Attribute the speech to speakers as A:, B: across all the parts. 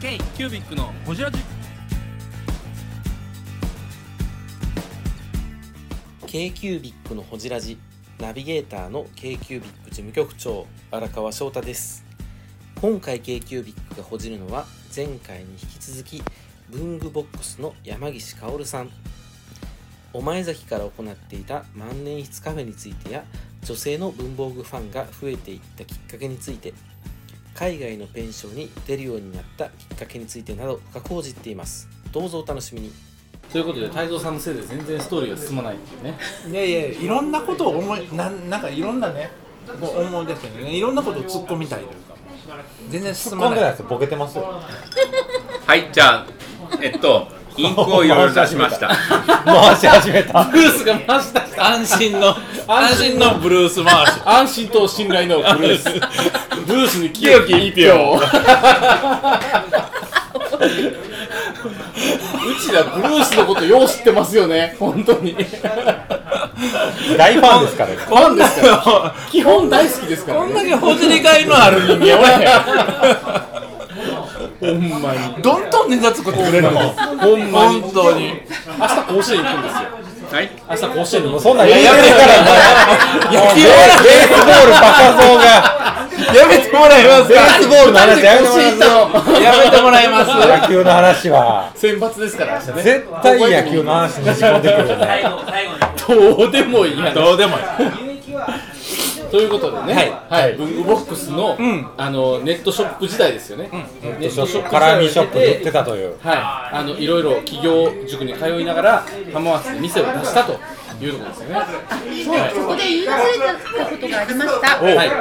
A: K キュービックのホジ ラジ
B: k q b i c のほじラジナビゲーターの k q b i c 事務局長荒川翔太です今回 k q b i c がほじるのは前回に引き続き文具ボックスの山岸薫さんお前崎から行っていた万年筆カフェについてや女性の文房具ファンが増えていったきっかけについて海外のペンションに出るようになったきっかけについてなど深く報じっていますどうぞお楽しみにということで太蔵さんのせいで全然ストーリーが進まないっていうね
C: いやいやいろんなことを思いなんなんかいろんなねこう思い出してねいろんなことを突っ込みたいというか全然進まな
D: 今
C: い
D: 度のやつボケてますよ。
E: はい、じゃあ、えっと、インクをいろいろ出しました。
D: 回し始めた。
B: ブルースが回し出した安心の安心のブルース回し
D: 安心と信頼のブルース。 ブルースに清き一票。うちらブルースのことよう知ってますよね。本当に。大ファンですから。ファンです から。基本大好きですから、ね。
B: こんだけほじりがいのある人間
D: いや、俺。ほんまに。
C: どんどんネタ作ってくれるもん
D: ほんまに。
C: 本当に
D: 明日甲子園行くんですよ。
E: はい、
D: 明日甲子園にそんなんやめてから
B: 野球
D: ベースボールバカゾが
C: やめてもらいます
D: ベースボールの話やめて
C: やめてもらいます
D: 野球の話は選抜ですから明日ね絶対野球の話に仕込んでくるよねどうでもいい話どうでもいいということでね、はい文具ボックスの,、あのネットショップ時代ですよね、ネットショップカラミショップ売ってたというはいあのいろいろ企業塾に通いながら浜松で店を出したというところですよね
F: そこで言い忘れたことがありました。
D: はい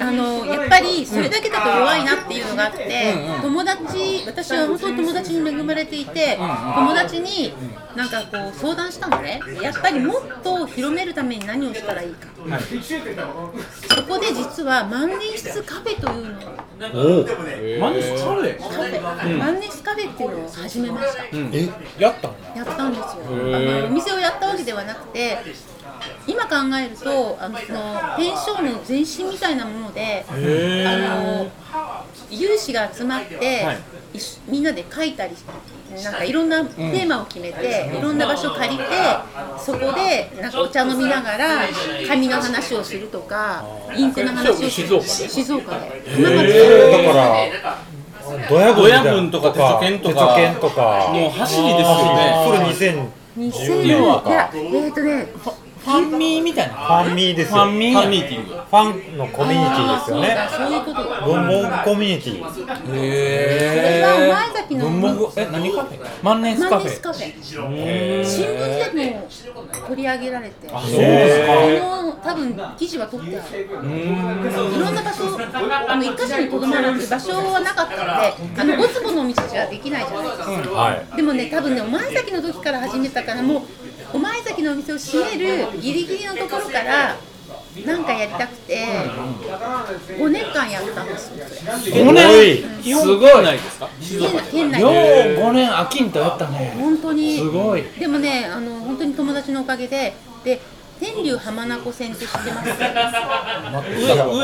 F: あのやっぱりそれだけだと弱いなっていうのがあって、友達私は本当に友達に恵まれていて、友達になんかこう相談したのねやっぱりもっと広めるために何をしたらいいか、そこで実は万年筆カフェというのを
C: マネそれ
F: カフェ、万年筆カフェっていうのを始めました、
C: やったん
F: やったんですよ。あのお店をやったわけではなくて、今考えるとあのそのペンションの前身みたいなもので、あの有志が集まって、いしみんなで書いたりなんかいろんなテーマを決めて、いろんな場所を借りてそこでなんかお茶飲みながら紙の話をするとかインクの話をする
C: 静岡で
F: 静岡で今まで
D: だからドヤ
A: ドヤ分とか手書券とか
D: 手書券とか
A: もう走りですよね
D: それ2000
F: 2000
D: 要
F: い
D: は
F: やえーとね
C: ファンミーみたいな
D: ファンミーですよファン
A: ファンミーティング
D: のコミュニティですよね
F: あーそうだそういうことだ
D: 文房具コミュニティ
F: それは前崎の
C: 文房具え何カフェ万年
F: マンネスカフェ新聞でも取り上げられてあ
D: そうですか
F: の多分記事は取ってあるいろんな場所あの一箇所にとどまらず場所はなかったんであの5坪の道じゃできないじゃないですか、
D: はい
F: でもね多分ねお前崎の時から始めたからもうお前崎のお店を閉めるギリギリのところからなんかやりたくて5年間やったんですよそれ
C: 5年すごいないですか
F: 県内
C: よう
F: で
C: 5年飽きんとやったね
F: 本当に
C: すごい
F: でもね、あの本当に友達のおかげで、で天竜浜名湖線って知ってます？
A: 上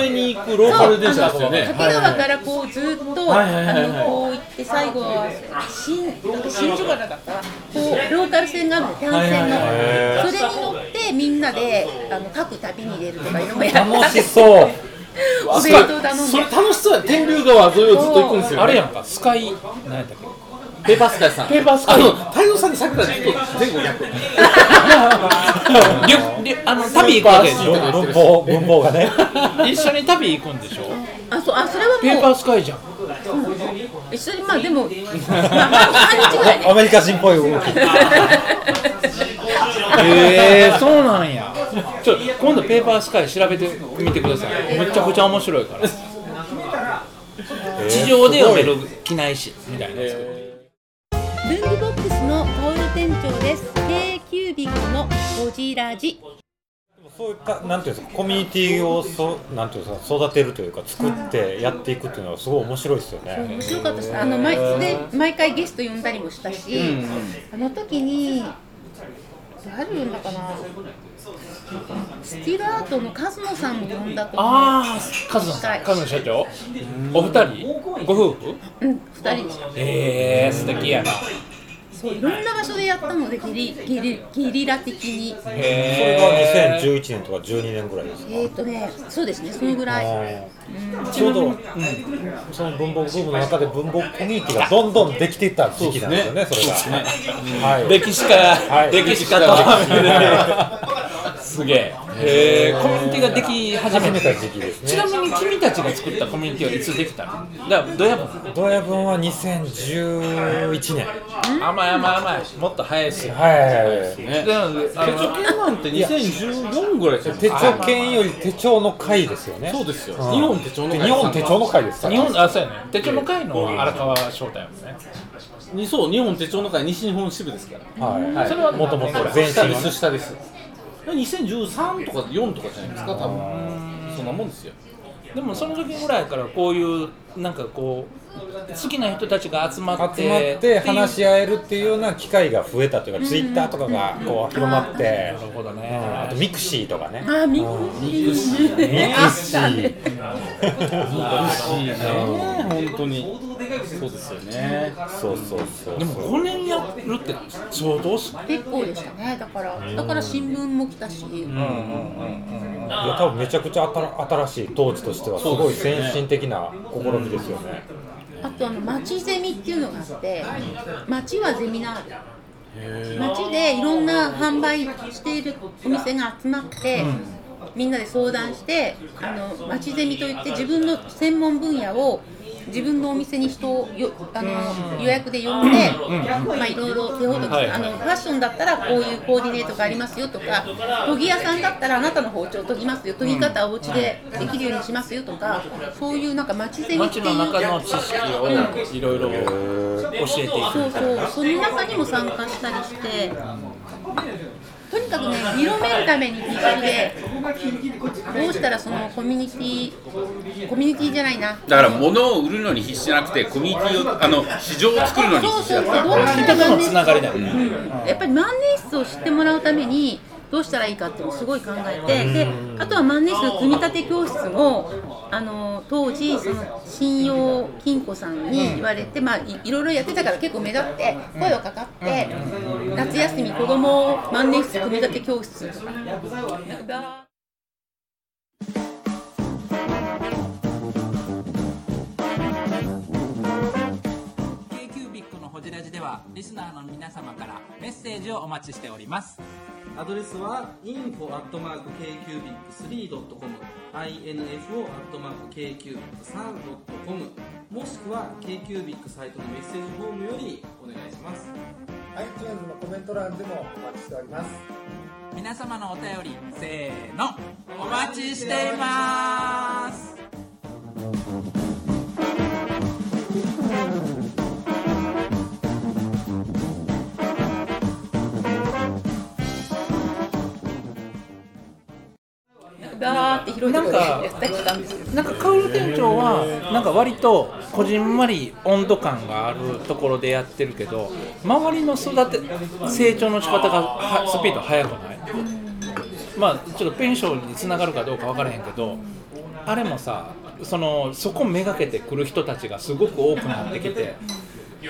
A: 上に行くローカル電車ですよ
F: そうあの
A: ね
F: 掛川からこうずっと、
C: はいはいはいはい
F: あのこう行って最後は新なんか新宿からだったかなこうローカル線があるの単線の、
C: はいはい
F: それに乗ってみんなであの各旅に出るとかいうのもやった
C: 楽し
F: お
C: そう
F: 弁当頼ん
E: そ
F: で
E: れ楽しそうや天竜川沿いをずっと行くんですよ、ね、
C: あれやんかスカイ何やったっけ
E: ペーパースカイさん
C: ペーパースカイ
E: あの太蔵さんにさっきからずっと前後逆
C: りょりょあの旅行くわけでしょ
D: 文文房文房がね
C: 一緒に旅行くんでしょ
F: あそうあそれは
C: ペーパ
F: も
C: ースカイじゃん
F: う一緒にまあでもまあまあ半日ぐらい ね
D: アメリカ人っぽい動き
C: へえ ー、そうなんやちょ今度ペーパースカイ調べてみてくださいめちゃくちゃ面白いから地上で読める機内誌みたいなやつ
F: 文具ボックスのタオル店長です。K キュービックのゴジラジ。
D: そういったなんていうんですかコミュニティをそうなんていうんですか育てるというか作ってやっていくっていうのはすごい面白いですよね
F: 面白かったです。あの毎で毎回ゲスト呼んだりもしたし、あの時に誰呼んだかな。スチールアートのカズノさんも呼んだことあ
A: ああ、カズさん、カズの社長、お二人、ご夫婦
F: うん2人でした
A: ええー、素敵やな。
F: そういろんな場所でやったのでゲリゲリゲリラ的に
D: そ
A: へ
D: れ
A: え
D: が2011年とか12年ぐらいですか、
F: えっ、ー、とねそうですねそのぐらい
D: うんちょうど、うん、その文房具ブームの中で文房具コミュニティがどんどんできていった時期なんですよね、それが。はい、
A: 歴史家、
D: はい
A: 歴史家と すげえへえコミュニティができ始
D: 始
A: め
D: め
A: た
D: た時期です
A: ち
D: ね
A: な。みに君たちが作ったコミュニティはいつできたのだからどうやもん
D: ドヤ分は2011年。
A: 甘い甘い甘いもっと早いっすよ
D: はい。
A: ねなのであの
E: なんて2014ぐらいですよ
D: 手帳犬より手帳の会ですよね。
A: そうですよ
D: うん
A: 日本手帳の
D: で
A: 会
D: 日本手帳の会ですから。
A: 日本あそうやね手帳の会の荒川翔太やもんね
E: にそう日本手帳の会西日本支部ですから
D: は。
A: それはい
D: もともと前身
A: 下
D: は
A: で
D: ね
A: す下です
E: 2013とか4とかじゃないですか多分そんなもんですよ
A: でもその時ぐらいからこういうなんかこう好きな人たちが集まって
D: 集まって話し合えるっていうような機会が増えたというか、ツイッターとかがこう広まって、
A: なるほどね、
D: うんあとミクシーとか ね。
F: あミクシー
D: ミ
F: ね
D: ク
F: あっ
D: シ
F: たね
D: ー。
E: 本当に
A: そうですよね
D: そうそうそう。
A: でも5年やるって相当す
F: 結構でしたねだからだから新聞も来たし、
D: いや多分めちゃくちゃ新新しい当時としてはすごい先進的な試みですよね。
F: あとあの町ゼミっていうのがあって町はゼミナール町でいろんな販売しているお店が集まって、みんなで相談してあの町ゼミといって自分の専門分野を自分のお店に人をよあの予約で呼んで、まあ、いろいろ手ほどき、あのファッションだったらこういうコーディネートがありますよとか研ぎ屋さんだったらあなたの包丁研ぎますよ研ぎ方はお家でできるようにしますよとかそういうなんか町ゼミっ
A: 街
F: ていう
A: の中の知識をいろいろ教えていく
F: そうそう、その中にも参加したりして、とにかくね、広めるために必死で、どうしたらそのコミュニティ、コミュニティじゃないな、
G: だから物を売るのに必死じゃなくてコミュニティをあの市場を作るのに
F: そう
G: 必死
F: そ
G: だ
F: うそう、
G: っ
F: どうした
G: た
F: ら万年
A: つながりだよね
F: うんやっぱり万年筆を知ってもらうために、どうしたらいいかっていうのをすごい考えて、であとは万年筆の積み立て教室も、あの当時、その信用金庫さんに言われて、まあ、いいろいろやってたから結構目立って、声がかかって、夏休み、子供を万年筆組み立て教室とか。
C: K-Cubic のホジラジではリスナーの皆様からメッセージをお待ちしております
B: アドレスは info.kcubic3.com info.kcubic3.com もしくは KQBIC サイトのメッセージフォームよりお願いします
C: 皆様のお便りせーのお待ちしています
F: だーって広いところでやったりしたんですよ。
A: なんかカウル店長はなんか割とこじんまり温度感があるところでやってるけど周りの育て成長の仕方がはスピード速くないまあちょっとペンションにつながるかどうか分からへんけどあれもさそのそこめがけてくる人たちがすごく多くなってきて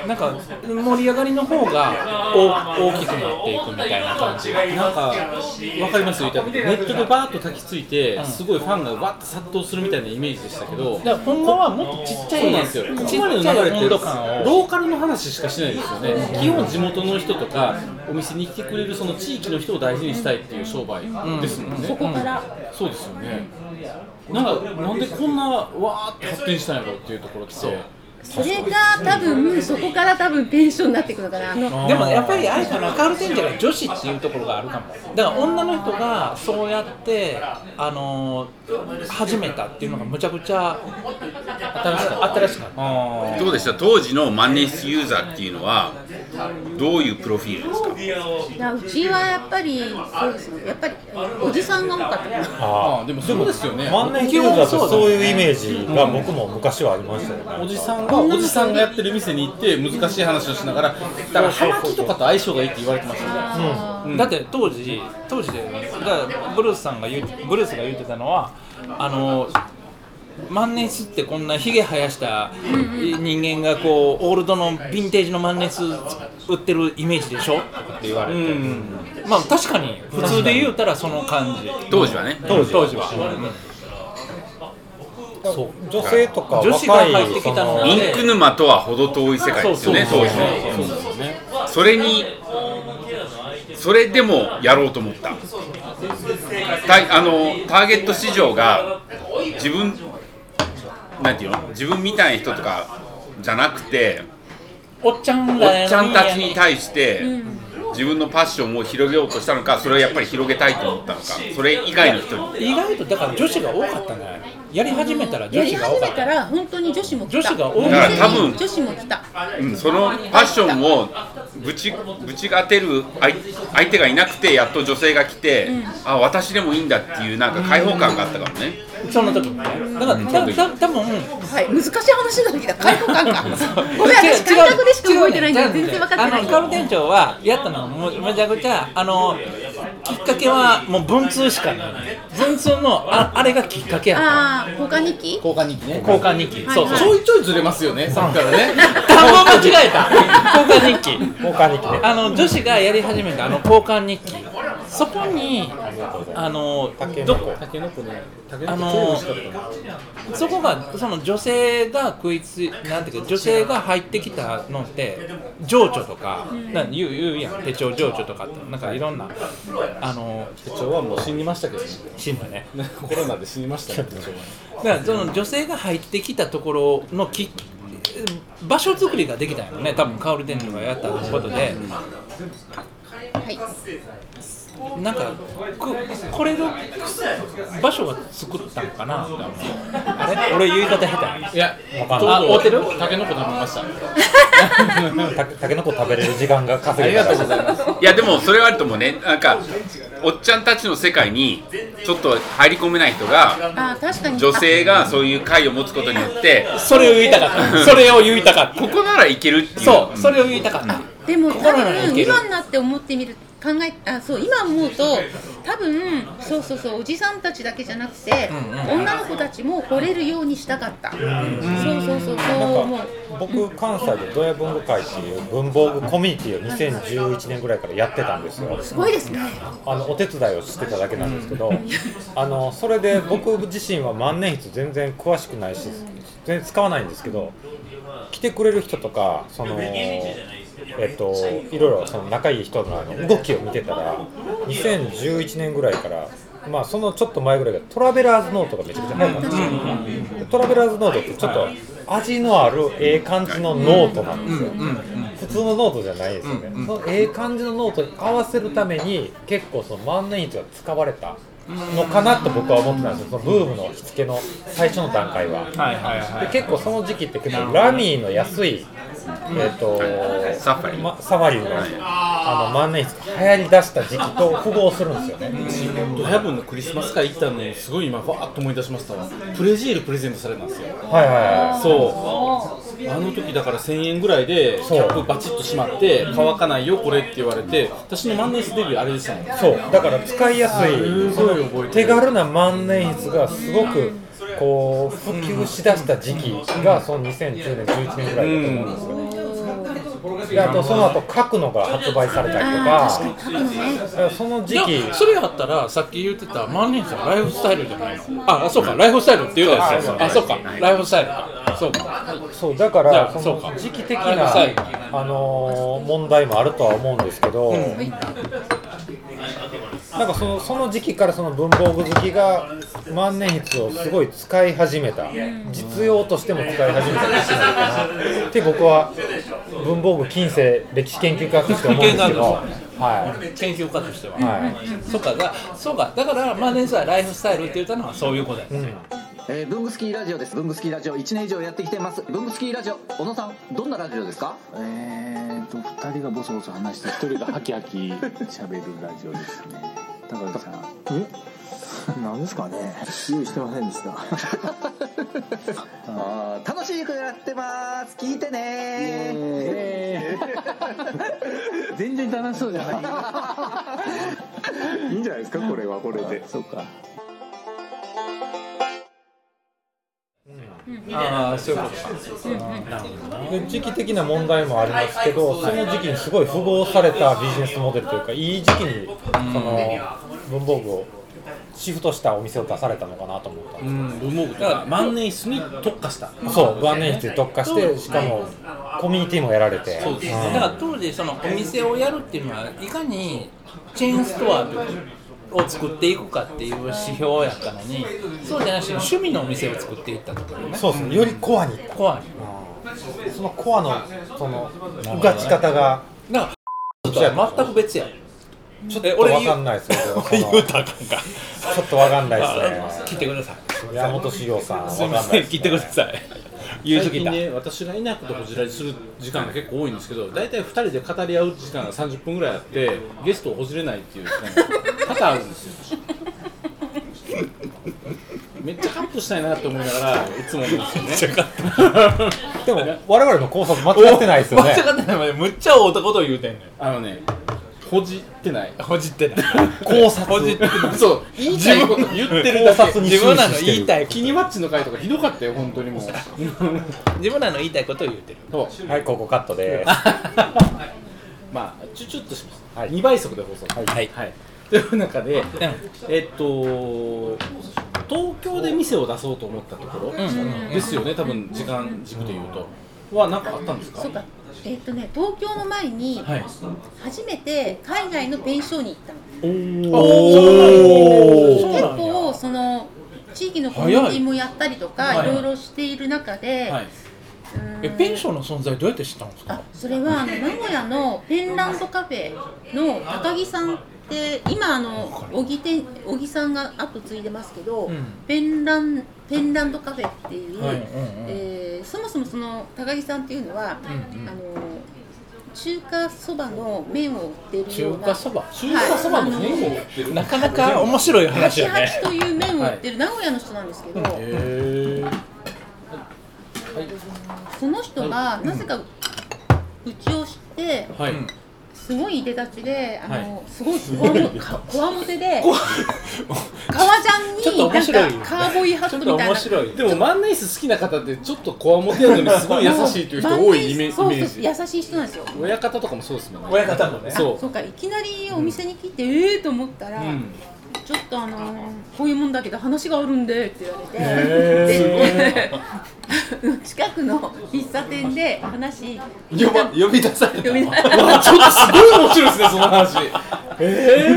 A: なんか盛り上がりの方が大大きくなっていくみたいな感じ
E: なんか分かりますよ言いたいことネットでバーッと焚きついてすごいファンがわっと殺到するみたいなイメージでしたけど
A: だからほんまはもっとちっちゃ
E: そう
A: い
E: なんですよ。こ
A: ち
E: こ
A: っ
E: まで
A: ちゃ
E: の
A: い
E: 流れって
A: 温
E: ロ
A: 度感を
E: ーカルの話しかしないですよね。基本地元の人とかお店に来てくれるその地域の人を大事にしたいっていう商売ですもんね。
F: そこから
E: そうですよね。なんかなんでこんなわーって発展したんやろうっていうところ来て。
F: それが多分そこから多分ペンションになっていくのかなあの
A: でもやっぱりあれかな、カール店長が女子っていうところがあるかも。だから女の人がそうやって、あのー始めたっていうのがむちゃくちゃ新しかった。新しかった。
G: どうでした当時の万年筆ユーザーっていうのはどういうプロフィールですか
F: いやうちはやっぱりそうですねやっぱりおじさんが多かった
D: あ
E: あでもそうですよね。
D: あ。万年筆ユーザーとそういうイメージが僕も昔はありましたよね。
E: おじさんがおじさんがやってる店に行って難しい話をしながら、だからハガキとかと相性がいいって言われてましたよね。
A: だって当時、当時でだからブルースさんが言うブルースが言ってたのはあの万年筆ってこんなひげ生やした人間がこうオールドのヴィンテージの万年筆売ってるイメージでしょとかって言われて、まあ確かに普通で言うたらその感じ
G: 当時はね
A: 当時は、
D: そう女性とか
A: 女子が
D: 若い
A: 入ってきたのは
D: そ
G: インク沼とは程遠い世界ですよね当時
E: そう
G: の
E: なんですね
G: それにそれでもやろうと思ったたあのターゲット市場が自分なんていうの自分みたいな人とかじゃなくて
A: おっちゃん
G: お
A: ら
G: っちゃんたちに対して自分のパッションを広げようとしたのかそれをやっぱり広げたいと思ったのかそれ以外の人に
A: 意外とだから女子が多かったんじゃないやり始めたら
F: や
A: 女
F: り
A: 子が多
F: 始
A: か
F: め
A: った
F: ら本当に女子も来た
A: 女子が多い
F: お
G: だ
F: 店
G: か
F: に
G: ら多分
F: 女子も来た
G: うん、そのパッションをぶちぶち当てる相相手がいなくてやっと女性が来て、あ私でもいいんだっていうなんか解放感があったからね、
A: たその時にねだからたた多分
F: はい難しい話の時だ解放感がごめん私感覚でしか動いてないんで全然分かって
A: あ
F: な
A: の
F: い
A: ヒカル店長はやったのはもうめちゃくちゃあのきっかけはもう文通しかない文通のああれがきっかけやった
F: ああ交換日記
E: 交換日記ね
A: 交換日記
F: はい
A: そう
F: はい
E: ちょいちょいずれますよねさっきからね
A: 単語間違えた交換日記
D: う他に来て
A: あの女子がやり始めたあの交換日記そこにあのどこ
E: タケノコねタケ
A: あ
E: ノコ超
A: の
E: 美味しかったな
A: そこがその女性が食いついなんていうか女性が入ってきたのって情緒とか、なん言う言うやん手帳情緒とかってなんかいろんなあの
E: 手帳はもう死にましたけどね
A: シーンだね
E: コロナで死にまし たね手帳は
A: だからその女性が入ってきたところのき場所作りができたんよね多分カオル店長がやったことで
F: はい
A: なんかここれの場所が作ったのかなあれ俺言い方下手
E: いや
D: かんない
E: ちょう
A: あ
E: ど
A: 合ってる
E: タケノコ食べました
D: たたけのこ食べれる時間が
E: あ
D: 稼
E: り
D: げ
E: が
D: た
E: と
D: ら
E: うございます
G: いやでもそれはあると思うねなんかおっちゃんたちの世界にちょっと入り込めない人が
F: あー確かに
G: 女性がそういう会を持つことによって
A: それを言いたかったそれを言いたかった
G: ここならいけるっていう
A: そう、それを
G: ん
A: 言いたかった。
F: でも多
A: 心がい
F: 分
A: ける
F: 今になって思ってみる考えあそう今思うと多分そうそうそうおじさんたちだけじゃなくて、女の子たちも来れるようにしたかった、そうそうそうそう思う
D: 僕関西でドヤ文具会っていう文房具コミュニティを2011年ぐらいからやってたんですよ
F: すごいですね
D: あのお手伝いをしてただけなんですけど、あのそれで僕自身は万年筆全然詳しくないし全然使わないんですけど来てくれる人とかそのえっといろいろその仲いい人のあの動きを見てたら2011年ぐらいから。まあそのちょっと前ぐらいがトラベラーズノートがめちゃくちゃ流行ったんですよ、トラベラーズノートってちょっと味のあるええ感じのノートなんですよ、普通のノートじゃないですよね、そのええ感じのノートに合わせるために結構その万年筆が使われたのかなと僕は思ってたんですよそのブームの火付けの最初の段階は、
A: はいはいは
D: で結構その時期って結構ラミーの安い、えっと
G: サファリ
D: まサファリの,、あの万年筆が流行り出した時期と符合するんですよね、
E: ドヤ分のクリスマス会行ったのにすごい今わーっと思い出しましたわプレジールプレゼントされたんですよ
D: はいはいはい
E: そうあの時だから1000円ぐらいでキ
D: そう
E: ャップバチッと閉まって乾かないよこれって言われて私の万年筆デビューあれでしたもん
D: そうだから使いやすい
E: すごい覚えて
D: 手
E: る
D: 軽な万年筆がすごくこう普及しだした時期がその2010年11年ぐらいだと思うんですよね。であとその後書くのが発売されたりと
F: あー確
D: か
F: かに書くのね
D: だからその時
A: い
D: 期
A: やそれやったらさっき言ってた万年筆はライフスタイルじゃないのああそうかライフスタイルって言うやつやあそうかライフスタイルかそうか
D: そうだか
A: いや
D: らそ
A: そう
D: の
A: か
D: 時期的
A: ラ
D: な
A: イフスタイ
D: あのー問題もあるとは思うんですけど、
F: はい
D: なんかそのその時期からその文房具好きが万年筆をすごい使い始めた実用としても使い始めた歴史なのかなって僕は文房具近世歴史研究家として思うんですけど、は
A: 研究家としてはい
D: は
A: そうかだそうかだから万年筆はライフスタイルって言ったのはそういうことや
D: いうん、
H: えー、文具スキーラジオです文具スキーラジオ1年以上やってきてます文具スキーラジオ小野さんどんなラジオですかえーと2人がボソボソ話して1人がハキハキ喋るラジオですね 高橋さんえ何ですかね用意してませんでした あー楽しい曲やってます聞いてね全然楽しそうじゃないいいんじゃないですかこれはこれでそうか
A: ああそういうことか
D: で時期的な問題もありますけど、その時期にすごい符合されたビジネスモデルというか、いい時期にその文房具をシフトしたお店を出されたのかなと思ったんで
E: うん文房具とか万年筆に特化した
D: すそう、万年筆に特化して、しかもコミュニティもやられて、
A: そうですねだから当時そのお店をやるっていうのはいかにチェーンストアを作っていくかっていう指標やったのにそうじゃなくて趣味のお店を作っていったとかね
D: そうですね、よりコアにいった、
A: 怖い
D: そのコアのそのうがち方が、
A: だからとは全く別や
D: ちょっ
A: え
D: と
A: 俺
D: わ
A: 言う
D: かんないですよ、そ
A: 言
D: の
A: うたらあかんか
D: ちょっとわかんない ですね、
A: 聞いてください
D: 山本修行さん、わ
A: す
D: か
A: み
D: んな
A: ません
D: いです、
A: 聞
D: ね
A: いてください言い過
E: 最
A: ぎた
E: 近ね私がいなくてこじらじする時間が結構多いんですけど大体2人で語り合う時間が30分ぐらいあってゲストをほじれないっていう時間が多々あるんですよめっちゃカットしたいなって思いながらいつも思うんですよね
D: でも、我々の考察、間違ってないですよね
A: 間。違ってないまでむっちゃ大たこと言うてんね
E: あのねほじってない
A: んほじってない
D: 考察
A: ほじってない
E: そう言いたいこと言ってるだ
D: 考察
E: け
D: に
A: 自分らの言いたい
E: キニマッチの回とかひどかったよ本当にもう
A: 自分らの言いたいことを言うてる
E: そう
D: はい、ここカットです。
E: まあ、ちょちょっとします、は2倍速で放送、はいという中で、えっと、東京で店を出そうと思ったところ、ですよね、多分時間軸でいうと、は何かあったんですか
F: そうかえっとね東京の前に
E: はい、
F: 初めて海外のペンショーに行ったの
E: お
F: 結構その地域のコミュニティもやったりとか
A: 早
F: い
A: い
F: ろいろしている中で、
E: はい、
F: うん
A: えペンションの存在どうやって知ったんですか
F: あそれはあの名古屋のペンランドカフェの高木さんって今あの小木て小木さんが後継いでますけど、
A: うん
F: ペンランペンランドカフェっていう、
A: はいうんうん
F: えーそもそもその高木さんっていうのは、あの中華そばの麺を売ってるよ
A: 中
F: うな
A: 華そば
E: 中華そばの麺を売ってる、
A: なかなか面白い話
F: 八
A: やね
F: 八という麺を売ってる名古屋の人なんですけど、
E: へー
F: その人がなぜかうちを知って、
E: はい、
F: すごいいでたちで、あの、
E: は
F: すごいこわも、 かこわもてで。革ジャンに、
A: ちょっと面白い
F: なんか、カーボーイハ
A: ち
F: ット
A: ょっ
F: み
A: と
F: たいな。
A: 面白い
E: でも万年筆好きな方って、ちょっとこわもてやのに、すごい優しいという人、多いイメ
F: そうそう
E: イメージ、
F: 優しい人なんですよ。
E: 親方とかもそうですもんね、
A: 親方もね
E: そ
F: そうか、いきなりお店に来て、ええー、と思ったら、
E: う、うん、
F: ちょっとあのーこういうもんだけど話があるんでって言われて、
E: へ
F: で 近くの喫茶店で話
E: 呼ば呼び出された
F: 読みなが
E: うわちょっとすごい面白いですね、その 話。え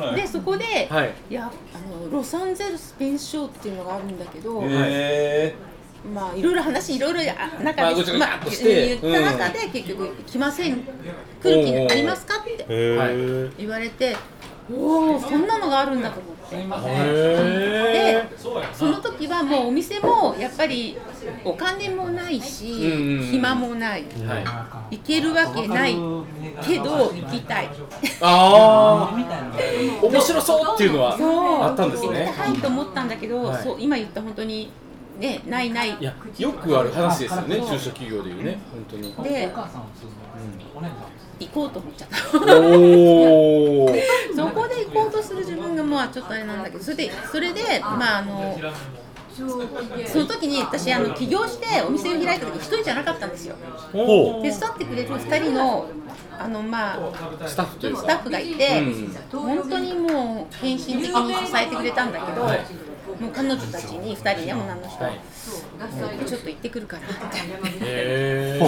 F: らでそこで、
E: はい。
F: いやあのロサンゼルスペンショーっていうのがあるんだけど、
E: え
F: まあいろいろ話いろいろあ
E: ま
F: 中
E: あご
F: で
E: ちゃごちゃっとして
F: 言った中で結局来ません来る気ありますかって
D: へ
F: 言われておおそんなのがあるんだと思ってで
E: え
F: その時はもうお店もやっぱりお金もないし
E: うんうん
F: 暇もない
E: はい。あ
F: 行けるわけないけど行きたい
E: あー。面白そうっていうのは。
F: そう
E: あったんですね
F: 行きたいと思ったんだけど、
E: はい
F: そう今言った本当にねないない
E: いや、よくある話ですよね、中小企業でいうね、本当に。
F: で行こうと思っちゃった
E: おお。
F: そこで行こうとする自分がまあちょっとあれなんだけどそれでそれでまああのその時に私あの起業してお店を開いた時一人じゃなかったんですよ
D: ほ
F: 手伝ってくれる2人のあのまあ
E: スタッフという
F: ス
E: か。
F: タッフがいて、
E: うん
F: 本当にもう献身的に支えてくれたんだけど、
E: はい
F: もう彼女たちに2人でもう何の人、
E: はい
F: もうちょっと行ってくるからって
E: へ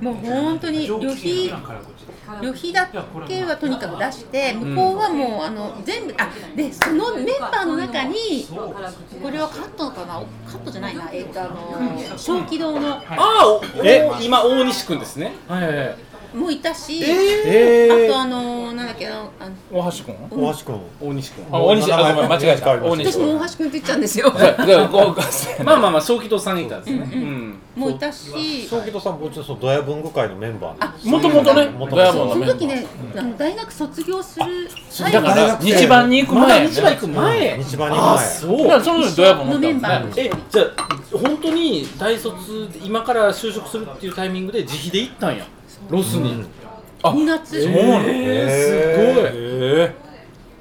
F: もう本当に旅費旅費だけはとにかく出して向こうはもうあの全部あでそのメンバーの中にこれはカットかなカットじゃないなえっ、とあの小気道の
E: ああ、お、え、今大西くんですね。はいはいはい。
F: もいたし、
E: えー
F: あとあのーなんだっけなあの
A: 大橋君
D: 大橋君
E: 大西君
A: あ大西あごめん間違えた大西
F: 私
A: 君
F: も大橋君って言っちゃうんですよ
E: まあまあまあ小規堂さんがいたんですねうん
F: もういたし
D: 正木戸さんもちろんそうドヤ文具会のメンバーなんです
A: もともとね
D: 元々
A: ドヤモン
F: そ
A: の
F: の
A: メンバ
F: 時
A: ー
F: ね、あの大学卒業する最
A: だ
F: 後
A: から日版に行く
E: まだ
A: 前
E: 西場行く前
D: 日版に
E: あ
D: 前
E: そう
A: だからその時ドヤモン乗
F: の
A: った
F: メン
A: んですね
F: バー
E: えじゃあ本当に大卒で今から就職するっていうタイミングで自費で行ったんやロスに、
F: 2月、
E: そうなの
D: へー
E: すごい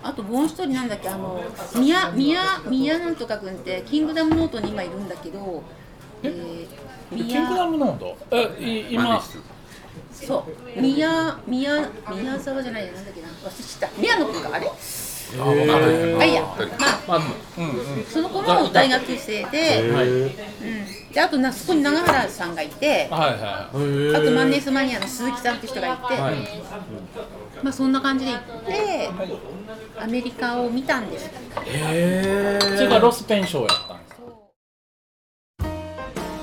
F: あともう一人なんだっけあの宮宮宮なんとか君ってキングダムノートに今いるんだけど、えー、
A: キングダ
F: 宮
A: ムノートえい今
F: そう宮宮宮沢じゃないやなんだっけな忘れちゃった宮野君かあれあいいやまあ、その子も大学生で、うん、であとなそこに長原さんがいてあ
A: はいはいはい
F: とマンネスマニアの鈴木さんって人がいて、まあそんな感じで行ってアメリカを見たんです
A: それがロスペン賞やったんです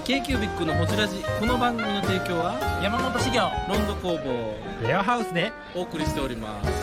C: k q b i c のホジラジこの番組の提供は山本資源ロンド工房レアハウスでお送りしております